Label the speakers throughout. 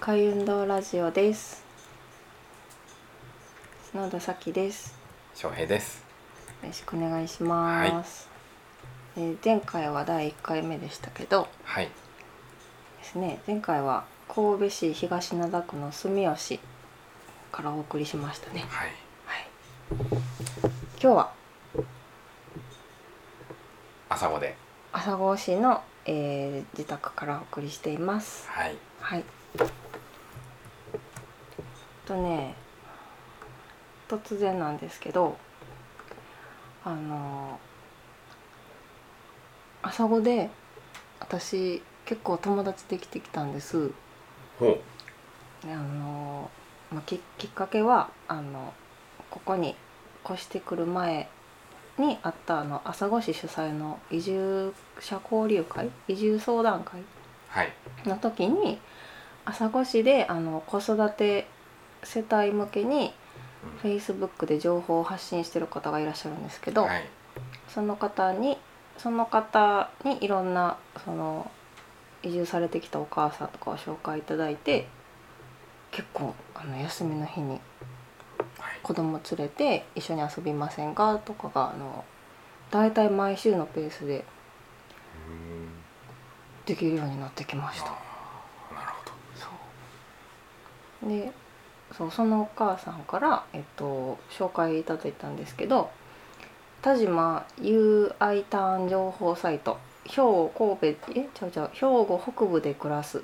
Speaker 1: 開運動ラジオです篠田咲です
Speaker 2: 翔平です。
Speaker 1: よろしくお願いします、えー前回は第1回目でしたけど
Speaker 2: はい。
Speaker 1: ですね前回は神戸市東灘区の住吉からお送りしましたね
Speaker 2: はい。
Speaker 1: はい今日は
Speaker 2: 朝子で。
Speaker 1: 朝来市の、えー自宅からお送りしています
Speaker 2: はい。
Speaker 1: はい。とね、突然なんですけど、あの朝ごで私結構友達できてきたんです。
Speaker 2: ほ
Speaker 1: あのまあききっかけはあのここに越してくる前にあったあの朝来市主催の移住者交流会移住相談会
Speaker 2: う。はい。
Speaker 1: の時に朝来市であの子育て世帯向けに
Speaker 2: うん
Speaker 1: Facebook で情報を発信してる方がいらっしゃるんですけど、
Speaker 2: はい。
Speaker 1: その方にその方にいろんなその移住されてきたお母さんとかを紹介いただいて結構あの休みの日に
Speaker 2: はい。
Speaker 1: 子供連れて一緒に遊びませんかとかがあの大体毎週のペースで
Speaker 2: うーん
Speaker 1: できるようになってきました。
Speaker 2: あーなるほど。
Speaker 1: そうでそうそのお母さんから、えっと、紹介いただいたんですけど田島 UI ターン情報サイト兵庫神戸えちゃうちゃう兵庫北部で暮らすっ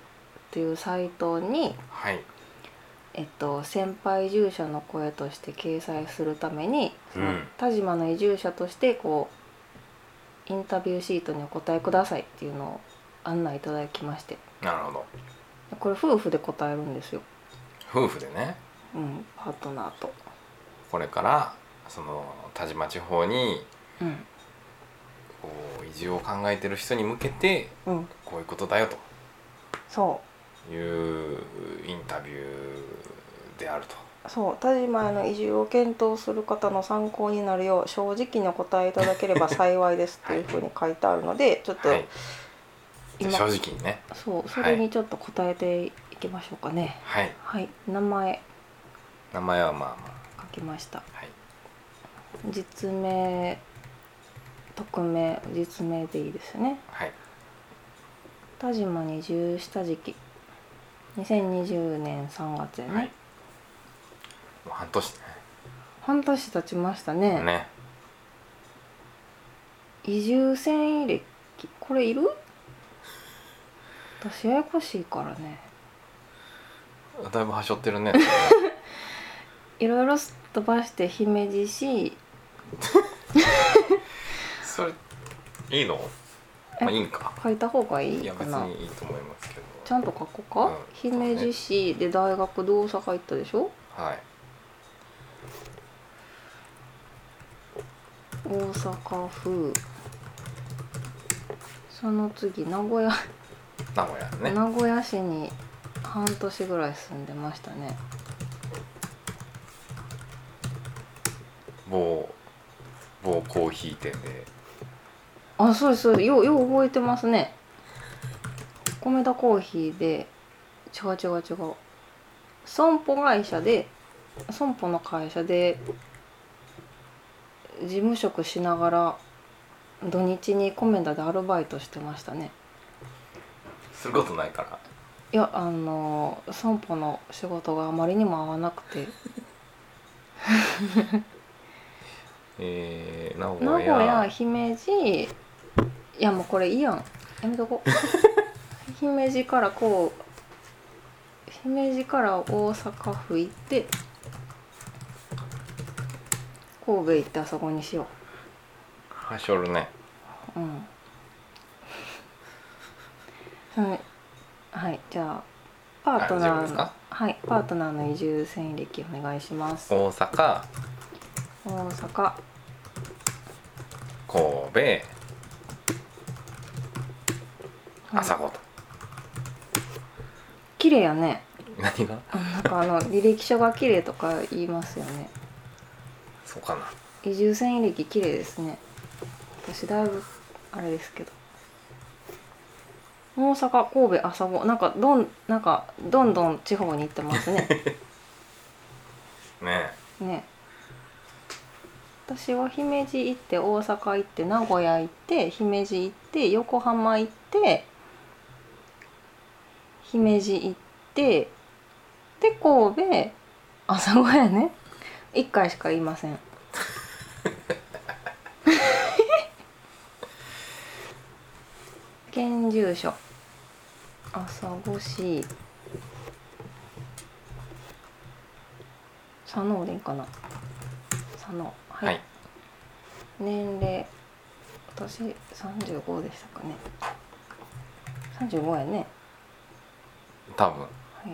Speaker 1: ていうサイトに、
Speaker 2: はい。
Speaker 1: えっと、先輩移住者の声として掲載するために、
Speaker 2: うん
Speaker 1: 田島の移住者としてこうインタビューシートにお答えくださいっていうのを案内いただきまして
Speaker 2: なるほど。
Speaker 1: これ夫婦で答えるんですよ、
Speaker 2: 夫婦でね。
Speaker 1: うん、パートナーと。
Speaker 2: これから。その田島地方に。
Speaker 1: うん
Speaker 2: こう移住を考えてる人に向けて。
Speaker 1: うん、
Speaker 2: こういうことだよ
Speaker 1: そ
Speaker 2: と。いうインタビュー。であると。
Speaker 1: うそう田島への移住を検討する方の参考になるよう正直にお答えいただければ幸いですというふうに書いてあるので、ちょっと、
Speaker 2: はい。じゃ
Speaker 1: 今
Speaker 2: あ正直にね。
Speaker 1: そうそ
Speaker 2: は
Speaker 1: れ
Speaker 2: い
Speaker 1: にちょっと答えていきましょうかね
Speaker 2: はい。
Speaker 1: はい、名前
Speaker 2: 名前はまあま
Speaker 1: 書きました
Speaker 2: あ。はい。
Speaker 1: 実名匿名実名でいいですよね
Speaker 2: はい。
Speaker 1: 田島に移住した時期2020年3月やね、
Speaker 2: はい。もう半年
Speaker 1: 半年経ちました
Speaker 2: ね。ね。
Speaker 1: 移住遷移歴これいる私ややこしいからね
Speaker 2: だいぶはしょって るね。
Speaker 1: いろいろすっ飛ばして姫路市
Speaker 2: それいいの？まあいいんか。
Speaker 1: 書いた方がい
Speaker 2: い
Speaker 1: い
Speaker 2: や
Speaker 1: か
Speaker 2: 別
Speaker 1: な
Speaker 2: にいいと思いますけど。
Speaker 1: ちゃんと書こうか、
Speaker 2: うん
Speaker 1: 姫路市で大学で大阪行ったでしょ
Speaker 2: はい。
Speaker 1: 大阪府その次名古屋、
Speaker 2: 名古屋ね。
Speaker 1: 名古屋市に半年ぐらい住んでましたね
Speaker 2: 某某コーヒー店で。
Speaker 1: あそうですそうですようよう覚えてますね米田コーヒーで違う違う違う損保会社で損保の会社で事務職しながら土日に米田でアルバイトしてましたね
Speaker 2: することないから。
Speaker 1: いやあの損保の仕事があまりにも合わなくて
Speaker 2: えー、名
Speaker 1: 名
Speaker 2: 古
Speaker 1: 古
Speaker 2: 屋。
Speaker 1: 屋姫路いやもうこれいいやんやめと こう姫路からこう姫路から大阪府行って神戸行ってあそこにしよ
Speaker 2: はしょるね。
Speaker 1: ううんそのはいじゃあパート
Speaker 2: あ大丈夫
Speaker 1: ナ
Speaker 2: で
Speaker 1: ー
Speaker 2: す
Speaker 1: の
Speaker 2: か
Speaker 1: はいパートナーの移住戦歴お願いします
Speaker 2: 大阪、
Speaker 1: 大阪
Speaker 2: 神戸、朝子と。
Speaker 1: 綺麗やね
Speaker 2: 何が？
Speaker 1: あなんかあの履歴書が綺麗とか言いますよね
Speaker 2: そうかな。
Speaker 1: 移住遷移歴綺麗ですね私だいぶあれですけど大阪神戸朝ぼなんかどんなんかどんどん地方に行ってますね
Speaker 2: ね
Speaker 1: ね私は姫路行って大阪行って名古屋行って姫路行って横浜行って姫路行ってで神戸朝ごやね1回しか言いません 現住所朝来市佐野でいいかな佐野はい、
Speaker 2: はい
Speaker 1: 年齢私35でしたかね35やね
Speaker 2: 多分
Speaker 1: はい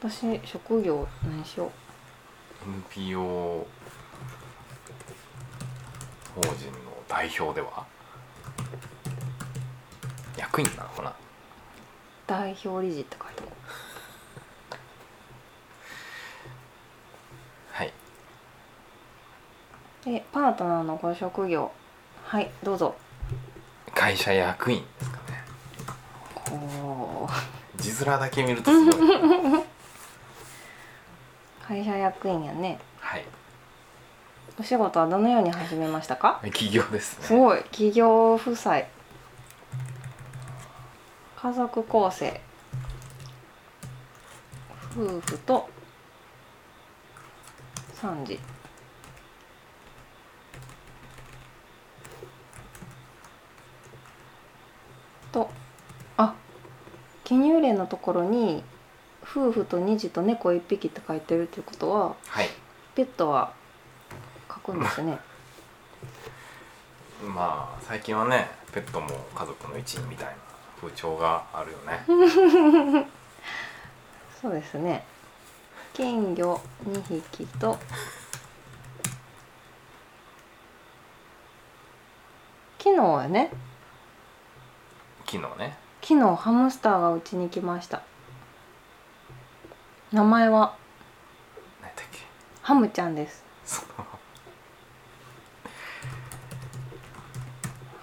Speaker 1: 私職業何しよう
Speaker 2: NPO 法人の代表では役員なのかな
Speaker 1: 代表理事って書いてある
Speaker 2: はい
Speaker 1: でパートナーのご職業はいどうぞ
Speaker 2: 会社役員ですかね
Speaker 1: おー
Speaker 2: 字面だけ見るとすごい
Speaker 1: 会社役員やね
Speaker 2: はい
Speaker 1: お仕事はどのように始めましたか
Speaker 2: 企業です
Speaker 1: す
Speaker 2: ね
Speaker 1: ごい企業夫妻家族構成夫婦と3児とあ記入例のところに夫婦と2児と猫1匹って書いてるっていうことは
Speaker 2: はい
Speaker 1: ペットは書くんですね
Speaker 2: まあ最近はねペットも家族の一員みたいな風潮があるよ ね
Speaker 1: そうですね。金魚2匹と昨日はね
Speaker 2: 昨日ね
Speaker 1: 昨日ハムスターがうちに来ました名前は
Speaker 2: 何だっけ
Speaker 1: ハムちゃんです
Speaker 2: その
Speaker 1: ハ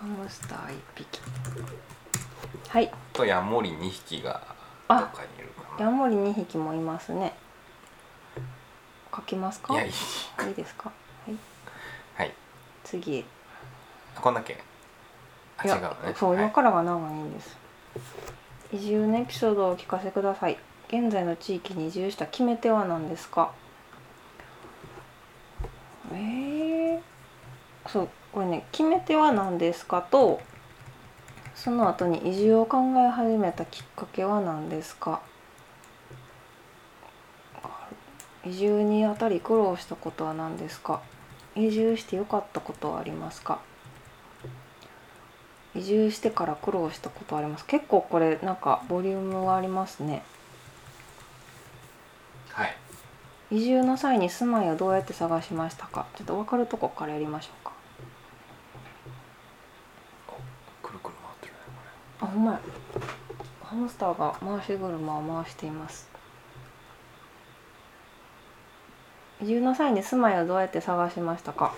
Speaker 1: ムスター1匹はい
Speaker 2: とヤモリ2匹がどっ
Speaker 1: あ
Speaker 2: かにいるか
Speaker 1: ヤモリ2匹もいますね書きますか
Speaker 2: ないやいい
Speaker 1: いいですかはい
Speaker 2: はい
Speaker 1: 次へ
Speaker 2: あこんだけあ
Speaker 1: い
Speaker 2: 違
Speaker 1: や
Speaker 2: うのね
Speaker 1: そう、
Speaker 2: はい
Speaker 1: 今からが長いんです移住のエピソードをお聞かせください現在の地域に移住した決め手は何ですかえー、そうこれね決め手は何ですかとその後に移住を考え始めたきっかけは何ですか移住にあたり苦労したことは何ですか移住して良かったことはありますか移住してから苦労したことあります結構これなんかボリュームがありますね
Speaker 2: はい
Speaker 1: 移住の際に住まいをどうやって探しましたかちょっと分かるとこからやりましょうか
Speaker 2: くるくる回ってるねこれ
Speaker 1: あほんまやハムスターが回し車を回しています移住の際に住まいをどうやって探しましたか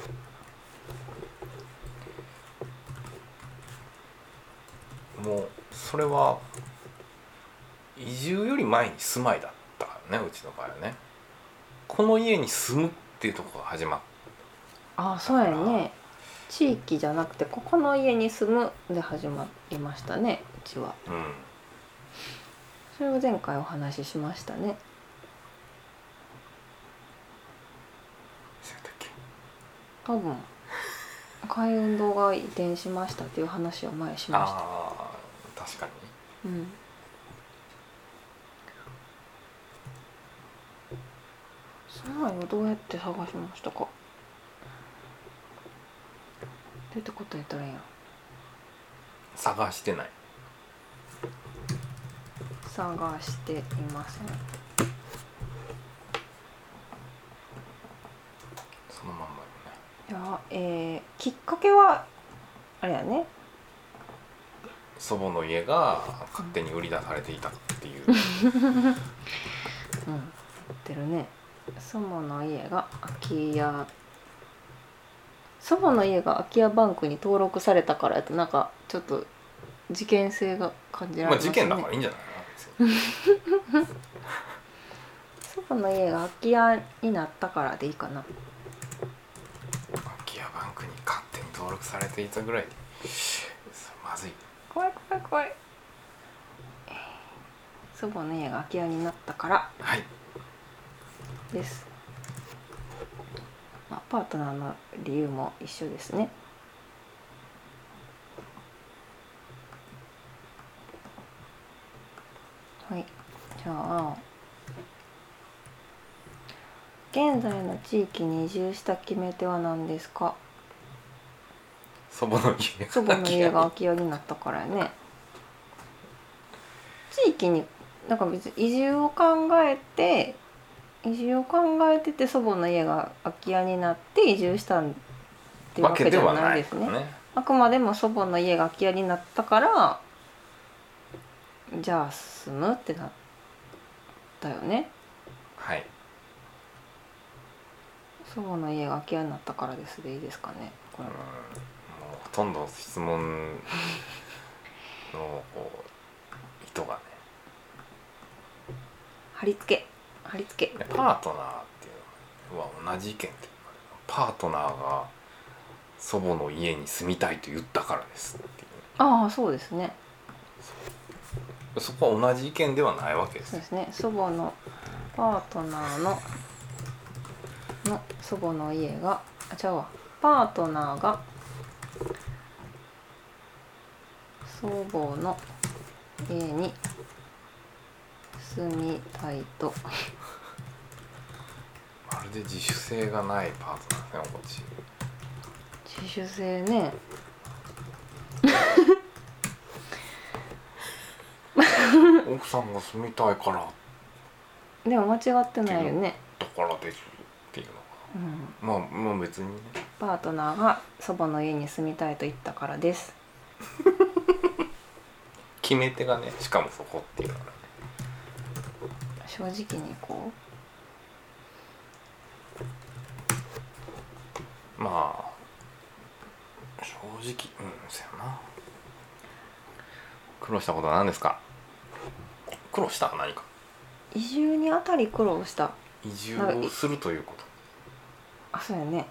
Speaker 2: もうそれは移住より前に住まいだったからねうちの場合はねこの家に住むっていうところが始まっ
Speaker 1: あそうやね地域じゃなくてここの家に住むで始まりましたねうちは
Speaker 2: た、うん、
Speaker 1: それを前回お話ししましたね
Speaker 2: そうやったっけ
Speaker 1: 多分海運動が移転しましたっていう話を前にしました
Speaker 2: ああ確かに
Speaker 1: うん住まいをどうやって探しましたかどうやって答えたらいいんや
Speaker 2: 探してない
Speaker 1: 探していません
Speaker 2: そのまんまよね
Speaker 1: いやえーきっかけはあれやね
Speaker 2: 祖母の家が勝手に売り出されていたっていう、
Speaker 1: うん言ってるね祖母の家が空き家祖母の家が空き家バンクに登録されたからやとなんかちょっと事件性が感じられ
Speaker 2: まあ
Speaker 1: ますね、
Speaker 2: 事件だからいいんじゃないかな別に
Speaker 1: 祖父の家が空き家になったからでいいかな
Speaker 2: 空き家バンクに勝手に登録されていたぐらいでそれまずい
Speaker 1: 怖い怖い怖い祖母の家が空き家になったから
Speaker 2: はい
Speaker 1: ですまあパートナーの理由も一緒ですねはいじゃあ現在の地域に移住した決め手は何ですか
Speaker 2: 祖母の家
Speaker 1: 祖母の家が空
Speaker 2: 空き
Speaker 1: き家になったからやね地域になんか別に移住を考えて移住を考えてて祖母の家が空き家になって移住したんってい
Speaker 2: 家
Speaker 1: うわ
Speaker 2: わ
Speaker 1: け
Speaker 2: け
Speaker 1: じ
Speaker 2: で
Speaker 1: ゃ
Speaker 2: は
Speaker 1: な
Speaker 2: ないい
Speaker 1: です
Speaker 2: か
Speaker 1: ね
Speaker 2: らね
Speaker 1: あくまでも祖母の家が空き家になったからじゃあ住むってなったよね
Speaker 2: はい
Speaker 1: 祖母の家が空き家になったからですでいいですかねこ
Speaker 2: うん
Speaker 1: れ
Speaker 2: も
Speaker 1: は
Speaker 2: うほとんど質問のこう意図がね
Speaker 1: 貼り付け貼り付け
Speaker 2: でパートナーっていうのは同じ意見っていうかパートナーが祖母の家に住みたいと言ったからですっていう
Speaker 1: ああそうですね
Speaker 2: そこは同じ意見ではないわけです
Speaker 1: そう
Speaker 2: ね
Speaker 1: ですね祖母のパートナーのの祖母の家があちゃうわパートナーが祖母の家に住みたいと
Speaker 2: まるで自主性がないパートナーですねこっ
Speaker 1: 自主性ね
Speaker 2: ち奥さんが住みたいから
Speaker 1: でも間違ってないよね、
Speaker 2: だからですっていうの
Speaker 1: うん、
Speaker 2: がまあまあ別にね
Speaker 1: パートナーが祖母の家に住みたいと言ったからです
Speaker 2: 決め手がねしかもそこっていうのがね
Speaker 1: 正直にこ
Speaker 2: まあ正直うんそやな苦労したことは何ですか苦労したは何か
Speaker 1: う移住にあたり苦労した
Speaker 2: 移住をするというこ
Speaker 1: あそうやね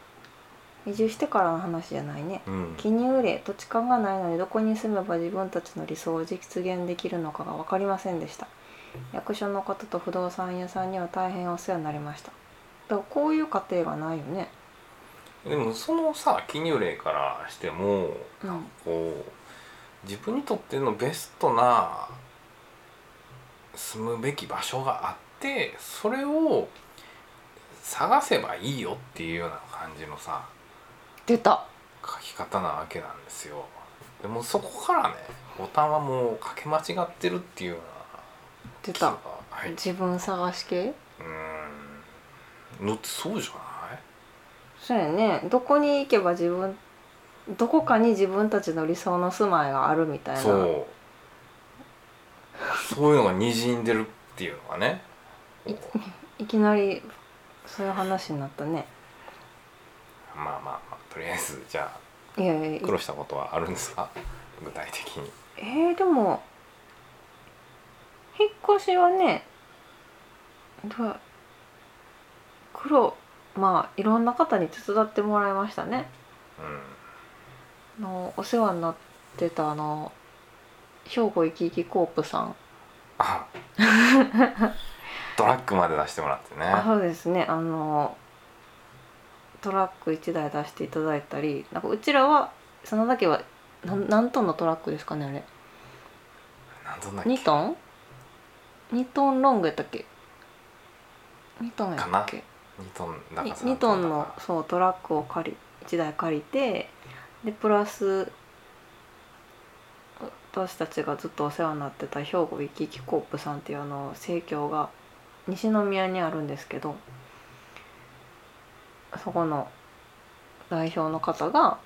Speaker 1: 移住してからの話じゃないね
Speaker 2: と、うん、
Speaker 1: 記入例土地勘がないのでどこに住めば自分たちの理想を実現できるのかが分かりませんでした役所の方と不動産屋さんには大変お世話になりましただからこういう家庭がないよね
Speaker 2: でもそのさ記入例からして
Speaker 1: う
Speaker 2: も
Speaker 1: ん
Speaker 2: こう自分にとってのベストな住むべき場所があってそれを探せばいいよっていうような感じのさ
Speaker 1: 出た
Speaker 2: 書き方なわけなんですよでもそこからねボタンはもうかけ間違ってるっていうよう
Speaker 1: 出
Speaker 2: な気が
Speaker 1: た
Speaker 2: はい、う
Speaker 1: 自分探し系
Speaker 2: ーんのってそうじゃない
Speaker 1: そうやねどこに行けば自分どこかに自分たちの理想の住まいがあるみたいな
Speaker 2: そうそういうのがにじんでるっていうのがねこ う
Speaker 1: いきなりそういう話になったね
Speaker 2: まあまあまあとりあえずじゃ
Speaker 1: いやいやい
Speaker 2: あ苦労したことはあるんですか具体的に
Speaker 1: えー、でも引っ越しはねどう黒まあいろんな方に手伝ってもらいましたねあ
Speaker 2: う
Speaker 1: のお世話になってたあの兵庫いきいきコープさん
Speaker 2: あドラッグまで出してもらってね
Speaker 1: あそうですねあのトラック1台出していただいたりなんかうちらはそのだけはなん何トンのトラックですかねあれ
Speaker 2: なんどんな
Speaker 1: 2トン ?2 トンロングやったっけ2トンやったっけ
Speaker 2: 2トンだか
Speaker 1: に
Speaker 2: ら
Speaker 1: 2トンのそうトラックを借り1台借りてでプラス私たちがずっとお世話になってた兵庫いきいきコープさんっていうあの生協が西宮にあるんですけどそこの代表の方が、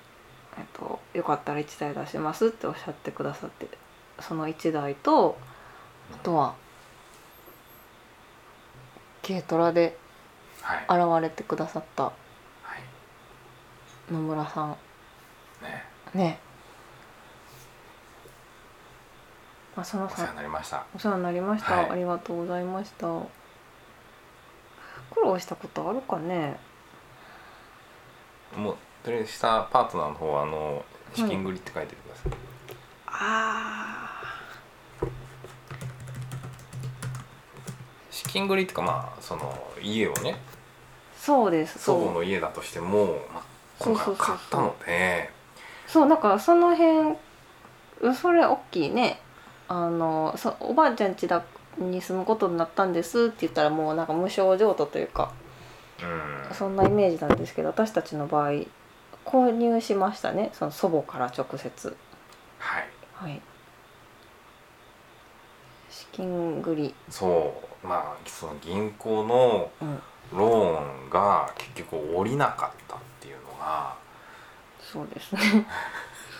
Speaker 1: えっと「よかったら1台出します」っておっしゃってくださってその1台とあとは軽トラで
Speaker 2: はい、は
Speaker 1: 現れてくださった野村さん
Speaker 2: いね
Speaker 1: ねまあ、その
Speaker 2: お世話
Speaker 1: さ
Speaker 2: になりました
Speaker 1: お世話になりました、
Speaker 2: はい
Speaker 1: ありがとうございました苦労したことあるかね
Speaker 2: もうとりあえず下パートナーの方はあの資金繰りって書いててください、
Speaker 1: あ
Speaker 2: 資金繰りっていうかまあその家をね
Speaker 1: そうです
Speaker 2: 祖母
Speaker 1: そう
Speaker 2: の家だとしても、まあ、
Speaker 1: そう
Speaker 2: 今
Speaker 1: そう
Speaker 2: 回
Speaker 1: そう
Speaker 2: 買ったので
Speaker 1: そうなんかその辺うんそれ大きいねあのそおばあちゃん家だに住むことになったんですって言ったらもうなんか無償譲渡というか
Speaker 2: うん
Speaker 1: そんなイメージなんですけど私たちの場合購入しましたねその祖母から直接
Speaker 2: はい
Speaker 1: はい資金繰り
Speaker 2: そうまあその銀行の
Speaker 1: うん
Speaker 2: ローンが結局下りなかったっていうのが
Speaker 1: そうですね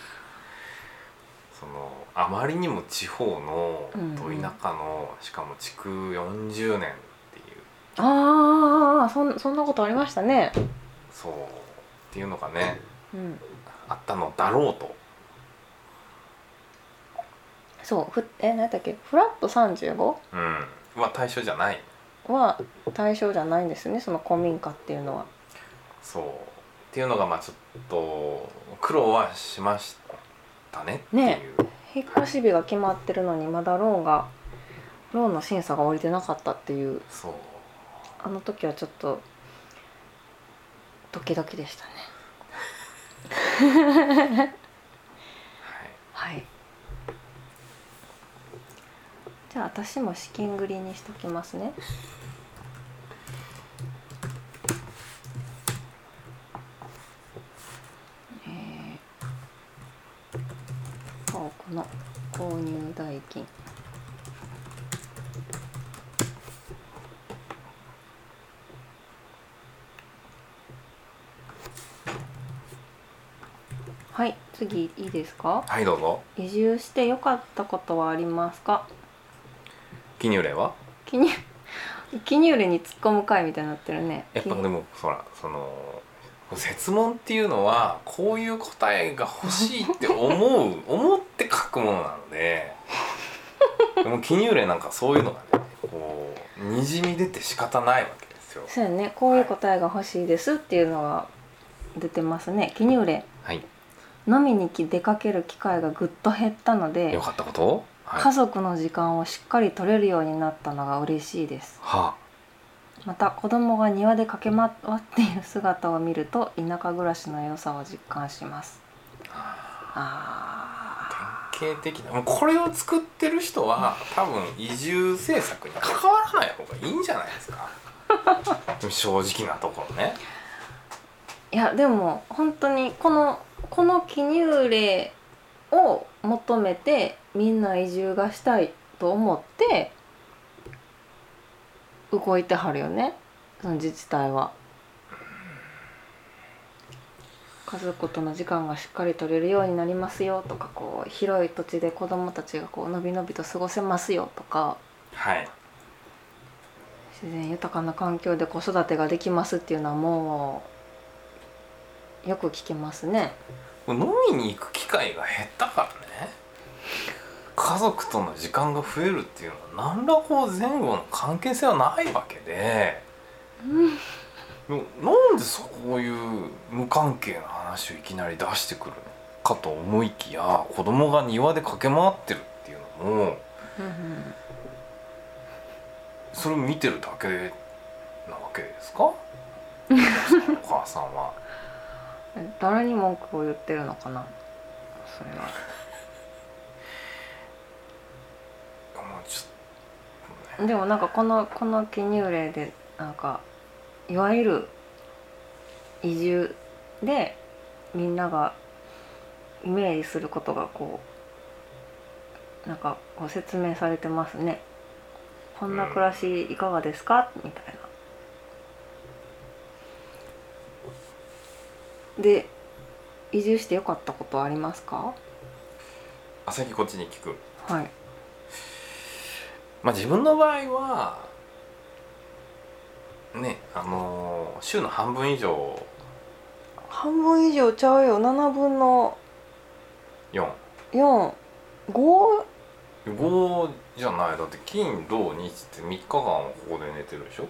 Speaker 2: そのあまりにも地方の
Speaker 1: うん
Speaker 2: ど田舎の、しかも築40年っていう
Speaker 1: ああそんそんなことありましたね
Speaker 2: そうっていうのがね
Speaker 1: うん
Speaker 2: あったのだろうと
Speaker 1: そうふえ何だっけフラット 35?
Speaker 2: うんは対象じゃない
Speaker 1: は対象じゃないんですよねその古民家っていうのは
Speaker 2: そうっていうのがまあちょっと苦労はしましたねっていう、
Speaker 1: ね引っ越し日が決まってるのにまだローンがローンの審査が下りてなかったっていう
Speaker 2: そう
Speaker 1: あの時はちょっとドキドキでしたね
Speaker 2: はい
Speaker 1: はいじゃあ私も資金繰りにしときますねえー、こうこの購入代金はい次いいですか
Speaker 2: はいどうぞ
Speaker 1: 移住して良かったことはありますか
Speaker 2: 記入例は
Speaker 1: 記 入記入例に突っ込む回みたいになってるね
Speaker 2: やっぱ
Speaker 1: 記
Speaker 2: でもほらその説問っていうのはこういう答えが欲しいって思う思って書くものなのででも記入例なんかそういうのがねこうにじみ出て仕方ないわけ ですよ
Speaker 1: そうやねこういう答えが欲しいですっていうのが出てますね記入例
Speaker 2: はい
Speaker 1: 飲みに出かける機会がぐっと減ったので
Speaker 2: よかったことはい
Speaker 1: 家族の時間をしっかり取れるようになったのが嬉しいです
Speaker 2: は
Speaker 1: また子供が庭で駆け回っている姿を見ると田舎暮らしの良さを実感しますあー
Speaker 2: あ典型的なもうこれを作ってる人は多分移住政策に関わらない方がいいんじゃないですかでも正直なところね
Speaker 1: いやでも本当にこのこの記入例を求めてみんな移住がしたいと思って動いてはるよねその自治体は。家族との時間がしっかり取れるようになりますよとかこう広い土地で子どもたちがこうのびのびと過ごせますよとか
Speaker 2: はい
Speaker 1: 自然豊かな環境で子育てができますっていうのはもうよく聞きますね。
Speaker 2: 飲みに行く機会が減ったからね家族との時間が増えるっていうのは何らこう前後の関係性はないわけで、でもなんでそういう無関係な話をいきなり出してくるのかと思いきや子供が庭で駆け回ってるっていうのもそれを見てるだけなわけですか お母さんは。
Speaker 1: 誰に文句を言ってるのかなそれは
Speaker 2: もうちょっとね
Speaker 1: でもなんかこのこの記入例でなんかいわゆる移住でみんながイメージすることがこうなんかこう説明されてますね。こんな暮らしいかがですか、みたいな。で移住して良かったことはありますか
Speaker 2: あ先こっちに聞く。
Speaker 1: はい。
Speaker 2: まあ、自分の場合はねあのー週の半分以上
Speaker 1: 半分以上ちゃうよ7分の
Speaker 2: 4
Speaker 1: 45
Speaker 2: 5じゃないだって金土日って3日間はここで寝てるでしょ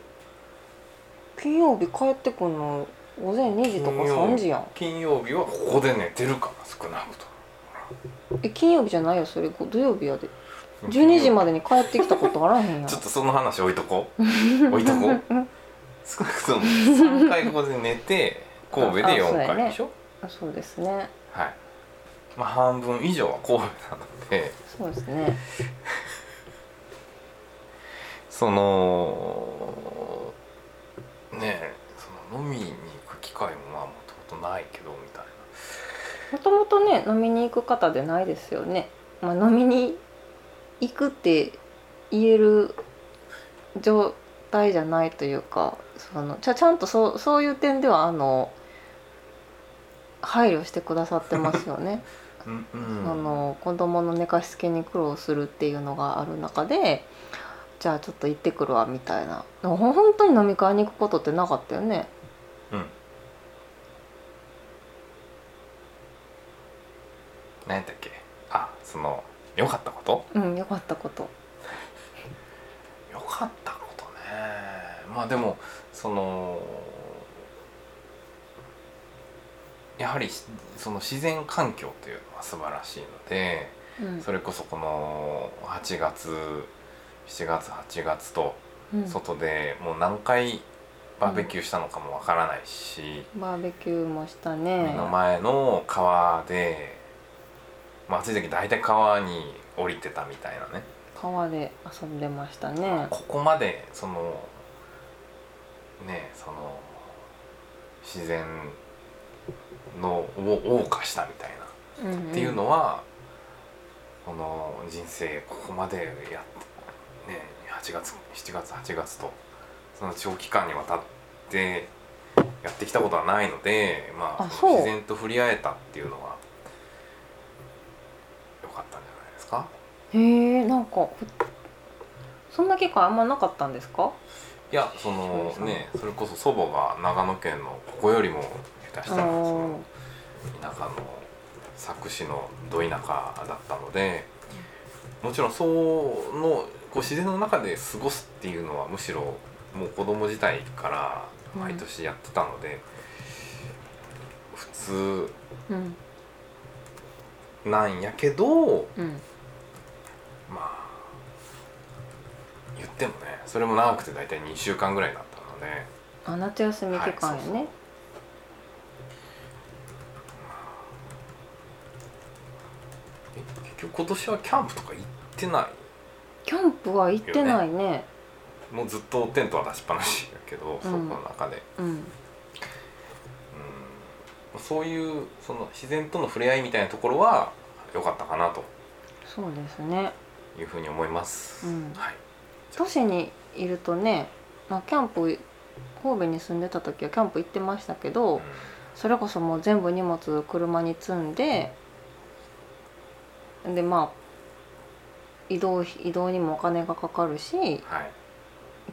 Speaker 1: 金曜日帰ってくんの午前2時とか3時やん
Speaker 2: 金曜日はここで寝てるから少なくと
Speaker 1: え金曜日じゃないよそれこ土曜日やで12時までに帰ってきたことあらへんやん
Speaker 2: ちょっとその話置いとこう 置いとこう少なくとも3回ここで寝て神戸で
Speaker 1: あそう
Speaker 2: 4
Speaker 1: やね
Speaker 2: 回でしょ、
Speaker 1: あそうですね
Speaker 2: はいまあ半分以上は神戸なので
Speaker 1: そうですね
Speaker 2: そのねえその飲みに行く機会もまあもともとないけどみたい
Speaker 1: も
Speaker 2: な
Speaker 1: ともとね飲みに行く方でないですよね、まあ、飲みに行くって言える状態じゃないというかそのちゃちゃんとそうそういう点ではあの配慮してくださってますよね。
Speaker 2: うん う
Speaker 1: あ
Speaker 2: ん
Speaker 1: の子供の寝かしつけに苦労するっていうのがある中でじゃあちょっと行ってくるわみたいなでもほ本当に飲み会に行くことってなかったよね
Speaker 2: うん何やったっけあその良かったこと
Speaker 1: うんよかったこと
Speaker 2: 良かったことねまあでもそのやはりしその自然環境というのは素晴らしいので
Speaker 1: うん
Speaker 2: それこそこの8月7月8月と
Speaker 1: うん
Speaker 2: 外でもう何回バーベキューしたのかもわからないし、
Speaker 1: バーベキューもした
Speaker 2: 目
Speaker 1: ね
Speaker 2: の前の川で、まあ、暑い時大体川に降りてたみたいなね
Speaker 1: 川で遊んでましたね
Speaker 2: ここまでそのねその自然のを謳歌したみたいな、っていうのはこの人生ここまでやってね8月7月8月とその長期間にわたってやってきたことはないのでまあ
Speaker 1: あ
Speaker 2: その
Speaker 1: そう
Speaker 2: 自然と触れ合えたっていうのは良かったんじゃないですか
Speaker 1: うんうんへえなんかふそんな機会あんまなかったんですか
Speaker 2: いやそのねそれこそ祖母が長野県のここよりも下手したらその田舎の佐久市のど田舎だったのでもちろんそのこう自然の中で過ごすっていうのはむしろもう子供時代から毎年やってたので、普
Speaker 1: うん
Speaker 2: 通なんやけど
Speaker 1: うん
Speaker 2: まあ言ってもねそれも長くて大体2週間ぐらいだったので。
Speaker 1: あ夏休み期間や
Speaker 2: はい
Speaker 1: ね、
Speaker 2: え結局今年はキャンプとか行ってな
Speaker 1: キャンプは行ってないね
Speaker 2: いもうずっとテントは出しっぱなしやけど、そこの中で、
Speaker 1: うん
Speaker 2: うん、そういうその自然との触れ合いみたいなところは良かったかなと
Speaker 1: そうですね
Speaker 2: いうふうに思います、
Speaker 1: うん
Speaker 2: はい、
Speaker 1: 都市にいるとね、まあ、キャンプ神戸に住んでた時はキャンプ行ってましたけど、それこそもう全部荷物車に積んででまあ移動費移動にもお金がかかるし
Speaker 2: はい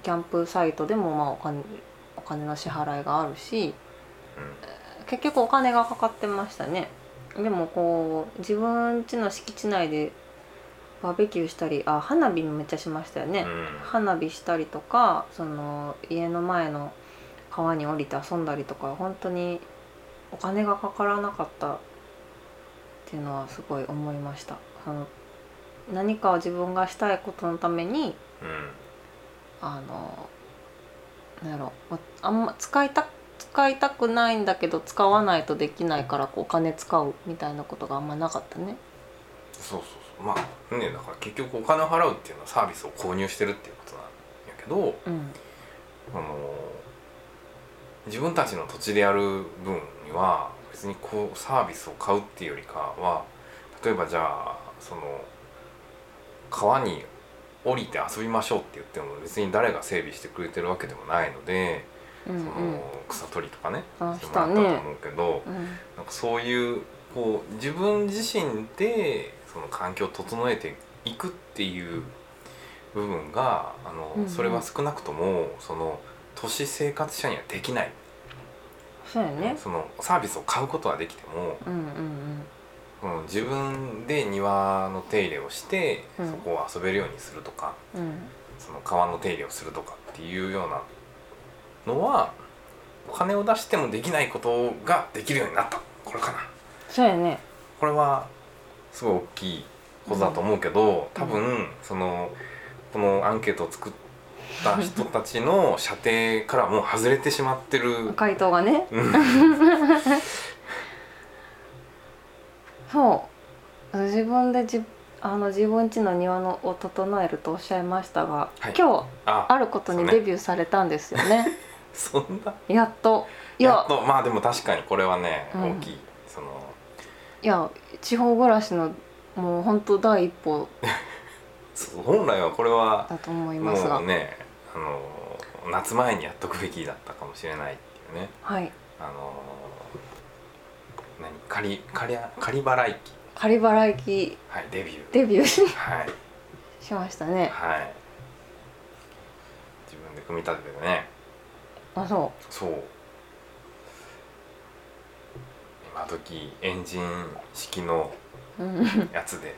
Speaker 1: キャンプサイトでもまあお金お金の支払いがあるし
Speaker 2: う
Speaker 1: 結局お金がかかってましたねでもこう自分家の敷地内でバーベキューしたりあ花火もめっちゃしましたよね、
Speaker 2: んうん
Speaker 1: 花火したりとかその家の前の川に降りて遊んだりとか本当にお金がかからなかったっていうのはすごい思いましたその何かを自分がしたいことのために
Speaker 2: うん
Speaker 1: あのなんやろおあんま使いた使いたくないんだけど使わないとできないからこうお金使うみたいなことがあんまなかったね
Speaker 2: そうそうそうまあねだから結局お金を払うっていうのはサービスを購入してるっていうことなんやけ
Speaker 1: う
Speaker 2: ど
Speaker 1: ん
Speaker 2: あの自分たちの土地でやる分には別にこうサービスを買うっていうよりかは例えばじゃあその川に降りて遊びましょうって言っても別に誰が整備してくれてるわけでもないので、
Speaker 1: うんう
Speaker 2: そ
Speaker 1: ん
Speaker 2: の草取りとかね
Speaker 1: あ
Speaker 2: して
Speaker 1: し
Speaker 2: もら
Speaker 1: た
Speaker 2: ったと
Speaker 1: ね
Speaker 2: 思うけど、
Speaker 1: うん
Speaker 2: なんかそういうこう自分自身でその環境を整えていくっていう部分があの、
Speaker 1: うんうん
Speaker 2: それは少なくともその都市生活者にはできない、
Speaker 1: そうやね
Speaker 2: そのサービスを買うことはできても
Speaker 1: うんうんうん
Speaker 2: あうん、自分で庭の手入れをして、
Speaker 1: うん
Speaker 2: そこを遊べるようにするとか
Speaker 1: うん
Speaker 2: その川の手入れをするとかっていうようなのはお金を出してもできないことができるようになったこれかな
Speaker 1: そうやね
Speaker 2: これはすごい大きいことだと思うけど、多分そのこのアンケートを作った人たちの射程からもう外れてしまってる
Speaker 1: 回答がね
Speaker 2: うん
Speaker 1: そう自分でじあの自分家の庭のを整えるとおっしゃいましたが、
Speaker 2: はい
Speaker 1: 今日
Speaker 2: あ
Speaker 1: あること
Speaker 2: そう
Speaker 1: に
Speaker 2: ね
Speaker 1: デビューされたんですよね
Speaker 2: そんな
Speaker 1: やっとい
Speaker 2: や
Speaker 1: や
Speaker 2: っとまあでも確かにこれはね、
Speaker 1: うん
Speaker 2: 大きいその
Speaker 1: いや地方暮らしのもう本当第一歩
Speaker 2: そう本来はこれは
Speaker 1: だと思いますが、
Speaker 2: もうねあの夏前にやっとくべきだったかもしれないっていうね
Speaker 1: はい
Speaker 2: あの何仮仮仮払い機
Speaker 1: 仮払い機
Speaker 2: はいデビュー
Speaker 1: デビューし
Speaker 2: はい
Speaker 1: しましたね
Speaker 2: はい自分で組み立ててね
Speaker 1: あそ
Speaker 2: そう今時エンジン式の
Speaker 1: う、うん、
Speaker 2: やつで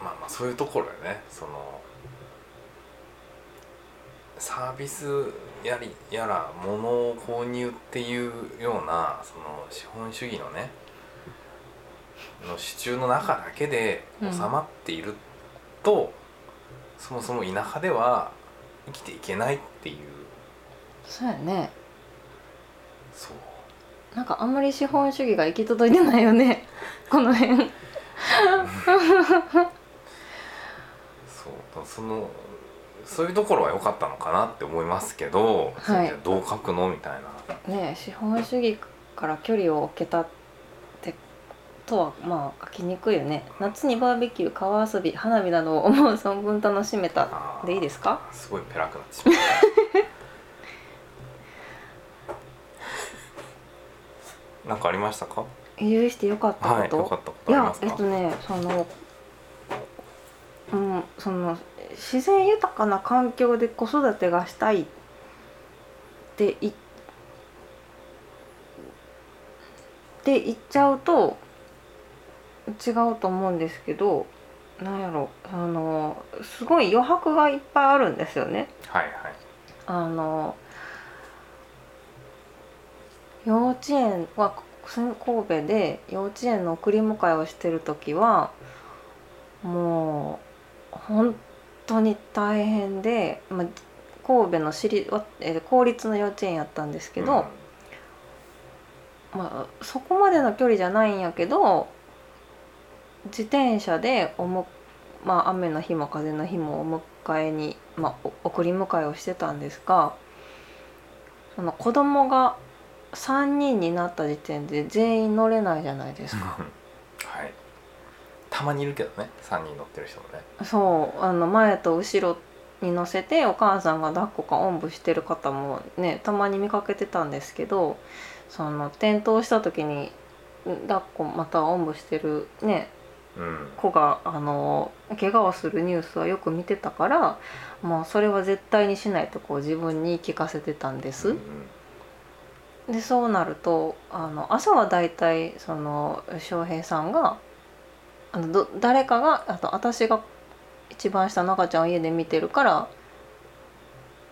Speaker 2: まあまあそういうところよねそのサービスやりやら物を購入っていうようなその資本主義のねの支柱の中だけで
Speaker 1: うん
Speaker 2: 収まっていると、そもそも田舎では生きていけないっていう
Speaker 1: そうやね
Speaker 2: そう
Speaker 1: なんかあんまり資本主義が行き届いてないよね この辺
Speaker 2: そうそのそういうところは良かったのかなって思いますけど、
Speaker 1: はい
Speaker 2: それじゃどう書くのみたいな
Speaker 1: ね資本主義から距離を置けたってとはまあ書きにくいよね夏にバーベキュー川遊び花火などを思う存分楽しめた
Speaker 2: あー
Speaker 1: でいいですか
Speaker 2: すごいペラくなってし まっ何かありましたか
Speaker 1: 許してよかった
Speaker 2: は
Speaker 1: こ
Speaker 2: い
Speaker 1: と、
Speaker 2: 良かったこ
Speaker 1: い
Speaker 2: とあり
Speaker 1: や
Speaker 2: ます
Speaker 1: えっ
Speaker 2: か
Speaker 1: とねそのうんその自然豊かな環境で子育てがしたいっていって言っちゃうと違うと思うんですけどなんやろあのすごい余白がいっぱいあるんですよね。
Speaker 2: はいはい
Speaker 1: あの幼稚園は神戸で幼稚園の送り迎えをしてる時はもう本当に大変で、まあ、神戸の私立わえー公立の幼稚園やったんですけど、まあ、そこまでの距離じゃないんやけど自転車でおも、まあ、雨の日も風の日もお迎えに、まあ、お送り迎えをしてたんですがその子供が3人になった時点で全員乗れないじゃないです
Speaker 2: うん
Speaker 1: か。
Speaker 2: はいたまにいるけどね3人乗ってる人もね
Speaker 1: そうあの前と後ろに乗せてお母さんが抱っこかおんぶしてる方もねたまに見かけてたんですけどその転倒した時に抱っこまたはおんぶしてるね
Speaker 2: うん
Speaker 1: 子があの怪我をするニュースはよく見てたからもうそれは絶対にしないとこう自分に聞かせてたんです。
Speaker 2: うん
Speaker 1: でそうなるとあの朝はだいたいその翔平さんがあのど誰かがあと私が一番下の赤ちゃんを家で見てるから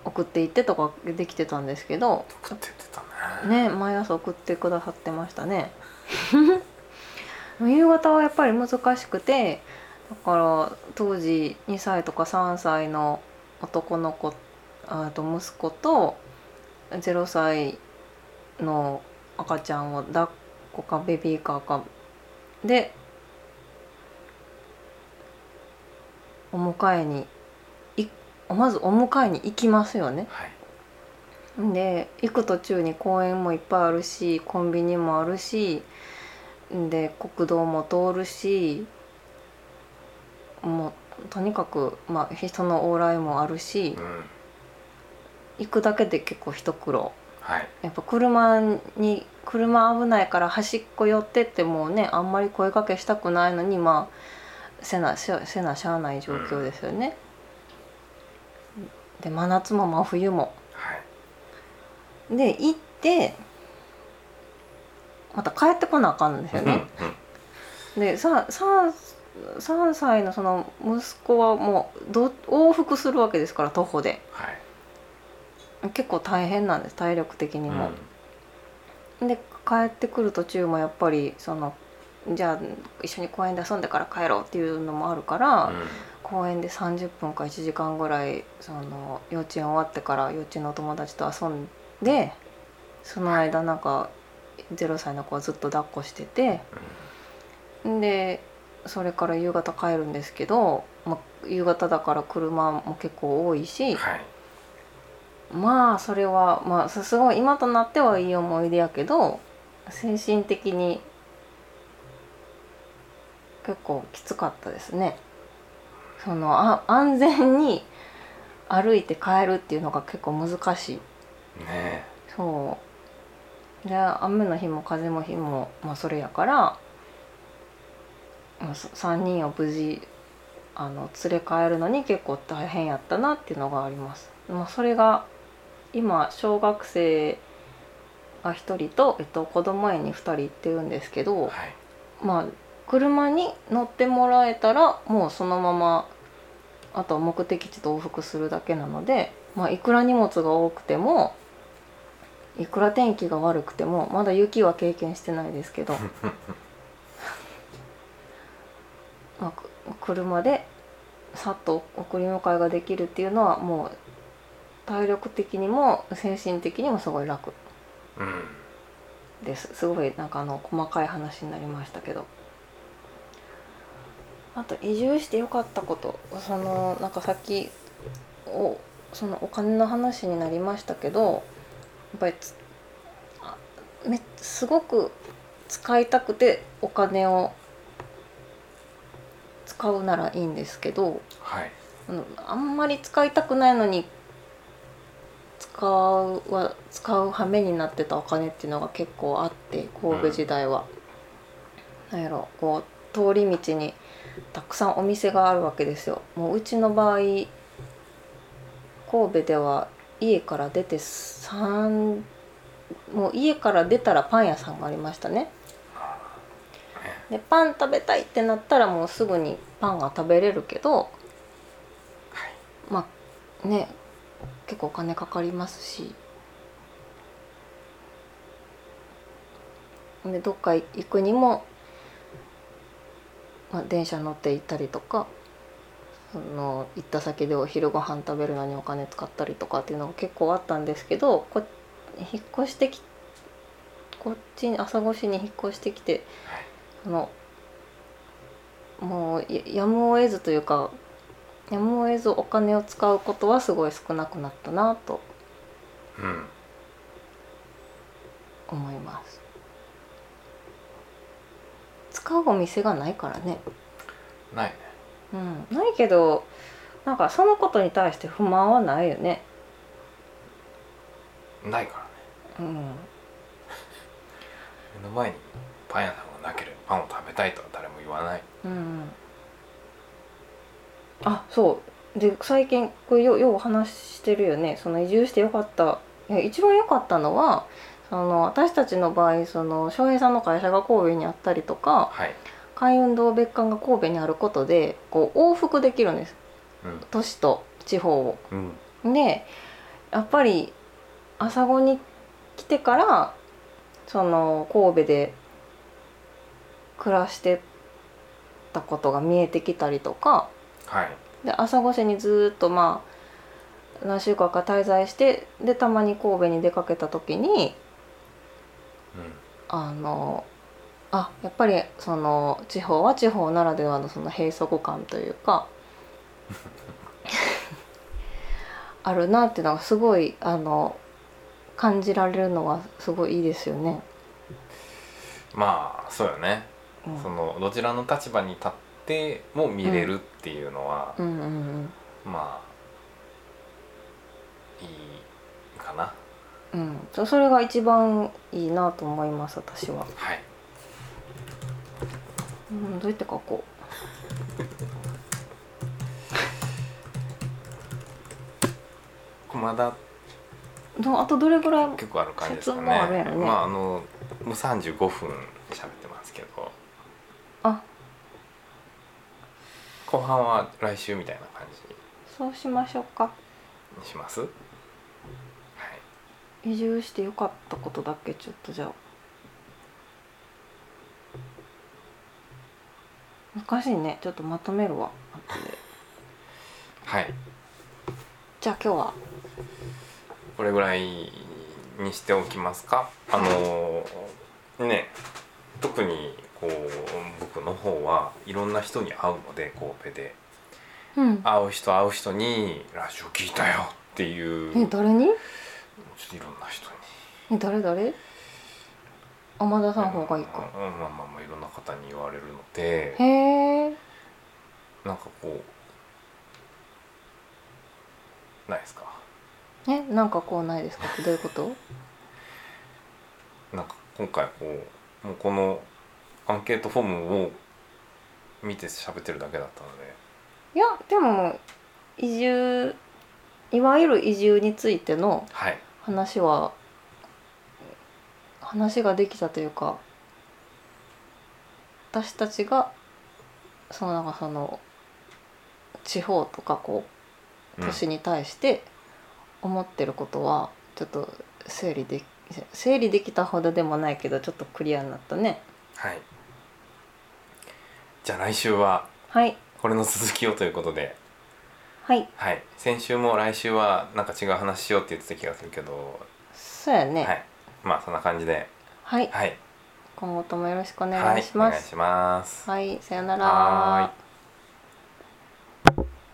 Speaker 1: 送っていってとかできてたんですけど
Speaker 2: 送ってってたね
Speaker 1: ね毎朝送ってくださってましたね 夕方はやっぱり難しくてだから当時2歳とか3歳の男の子あと息子と0歳の赤ちゃんを抱っこかベビーカーかでお迎えにいまずお迎えに行きますよね。
Speaker 2: はい
Speaker 1: で行く途中に公園もいっぱいあるしコンビニもあるしで国道も通るしもうとにかく、まあ、人の往来もあるし
Speaker 2: うん
Speaker 1: 行くだけで結構一苦労
Speaker 2: はい
Speaker 1: やっぱ車に車危ないから端っこ寄ってってもうねあんまり声かけしたくないのにまあせなせせなしゃあない状況ですよね。で真夏も真冬も
Speaker 2: はい
Speaker 1: で行ってまた帰ってこなあかんんですよね。で 3, 3, 3歳のその息子はもうど往復するわけですから徒歩で
Speaker 2: はい
Speaker 1: 結構大変なんです体力的にも。で帰ってくる途中もやっぱりそのじゃあ一緒に公園で遊んでから帰ろうっていうのもあるから、
Speaker 2: うんうん
Speaker 1: 公園で30分か1時間ぐらいその幼稚園終わってから幼稚園のお友達と遊んでその間なんか0歳の子はずっと抱っこしててでそれから夕方帰るんですけど、まあ、夕方だから車も結構多いし
Speaker 2: はい
Speaker 1: まあそれはまあすすごい今となってはいい思い出やけど精神的に結構きつかったですねそのあ安全に歩いて帰るっていうのが結構難しい
Speaker 2: ね
Speaker 1: そうで雨の日も風の日も、まあ、それやから、まあ、そ3人を無事あの連れ帰るのに結構大変やったなっていうのがあります、まあ、それが今小学生が1人と、えっと、子供園に2人行ってるんですけ
Speaker 2: え
Speaker 1: ど、
Speaker 2: はい
Speaker 1: まあ、車に乗ってもらえたらもうそのままあとは目的地と往復するだけなので、まあ、いくら荷物が多くてもいくら天気が悪くてもまだ雪は経験してないですけどまあく車でさっと送り迎えができるっていうのはもう体力的にも精神的にもすごい楽
Speaker 2: うん
Speaker 1: ですすごいなんかあの細かい話になりましたけどあと移住して良かったことそのなんかさっきおそのお金の話になりましたけどやっぱりつあめすごく使いたくてお金を使うならいいんですけど
Speaker 2: はい
Speaker 1: あのあんまり使いたくないのに使うは使う羽目になってたお金っていうのが結構あって神戸時代は、なんやろこう通り道にたくさんお店があるわけですよもううちの場合神戸では家から出て三もう家から出たらパン屋さんがありましたねでパン食べたいってなったらもうすぐにパンが食べれるけどまあね結構お金かかりますしでどっか行くにも、まあ、電車乗って行ったりとかその行った先でお昼ご飯食べるのにお金使ったりとかっていうのが結構あったんですけどこ引っ越してきこっちに朝越しに引っ越してきてそのもうややむを得ずというかやむを得ずお金を使うことはすごい少なくなったなと
Speaker 2: うん
Speaker 1: 思います使うお店がないからね、
Speaker 2: ないね
Speaker 1: うん、ないけどなんかそのことに対して不満はないよね
Speaker 2: ないからね
Speaker 1: うん
Speaker 2: 目の前にパン屋さんがなければパンを食べたいとは誰も言わない
Speaker 1: うんあそうで最近これよよう話してるよねその移住してよかったいや一番良かったのはその私たちの場合その翔平さんの会社が神戸にあったりとか
Speaker 2: はい
Speaker 1: 海運動別館が神戸にあることでこう往復できるんです
Speaker 2: うん
Speaker 1: 都市と地方を。
Speaker 2: うん
Speaker 1: でやっぱり朝子に来てからその神戸で暮らしてたことが見えてきたりとか
Speaker 2: はい
Speaker 1: で朝子市にずっとまあ何週間か滞在してでたまに神戸に出かけた時に
Speaker 2: う
Speaker 1: あのあやっぱりその地方は地方ならではのその閉塞感というか あるなっていうのがすごいあの感じられるのはすごいいいですよね。
Speaker 2: んまあそうよね
Speaker 1: うん、
Speaker 2: そのどちらの立場に立っても見れるっていうのは
Speaker 1: う、んうん
Speaker 2: まあいいかな
Speaker 1: うんうんそそれが一番いいなと思います私は。
Speaker 2: はい
Speaker 1: うん、どうやって書こ
Speaker 2: これまだ
Speaker 1: うどあとどれぐらい
Speaker 2: 結構ある感じですかね
Speaker 1: 説明もあるやろね
Speaker 2: まああのもう35分喋ってますけど
Speaker 1: あ
Speaker 2: 後半は来週みたいな感
Speaker 1: そうしましょうか
Speaker 2: じにしますはい
Speaker 1: 移住してよかったことだけちょっとじゃあ難しいねちょっとまとめるわ
Speaker 2: はい
Speaker 1: じゃあ今日は
Speaker 2: これぐらいにしておきますかあのね特にこう僕の方はいろんな人に会うので神戸で
Speaker 1: うん
Speaker 2: 会う人会う人に「ラジオ聞いたよ」っていう
Speaker 1: え
Speaker 2: ちょっ
Speaker 1: 誰に
Speaker 2: といろんな人に
Speaker 1: え誰誰天田さん方がいいか
Speaker 2: うんうんまあまあまあいろんな方に言われるので
Speaker 1: へえ
Speaker 2: なんかこうないですか
Speaker 1: えなんかこうないですかってどういうこと
Speaker 2: なんか今回こうもうこのアンケートフォームを見て喋ってるだけだったので
Speaker 1: いやでも移住いわゆる移住についての
Speaker 2: はい
Speaker 1: 話は話ができたというか私たちがそのなんかその地方とかこう
Speaker 2: うん
Speaker 1: 都市に対して思ってることはちょっと整理でき整理できたほどでもないけどちょっとクリアになったね
Speaker 2: はいじゃあ来週は
Speaker 1: はい
Speaker 2: これの続きをということで
Speaker 1: はい
Speaker 2: はい先週も来週はなんか違う話しようって言ってた気がするけど
Speaker 1: そうやね
Speaker 2: は
Speaker 1: はい、
Speaker 2: いまあそんな感じではい
Speaker 1: 今後ともよろしくお
Speaker 2: は
Speaker 1: 願い
Speaker 2: い
Speaker 1: し
Speaker 2: お
Speaker 1: ま
Speaker 2: 願い
Speaker 1: す
Speaker 2: します
Speaker 1: はい、さよなら
Speaker 2: はーい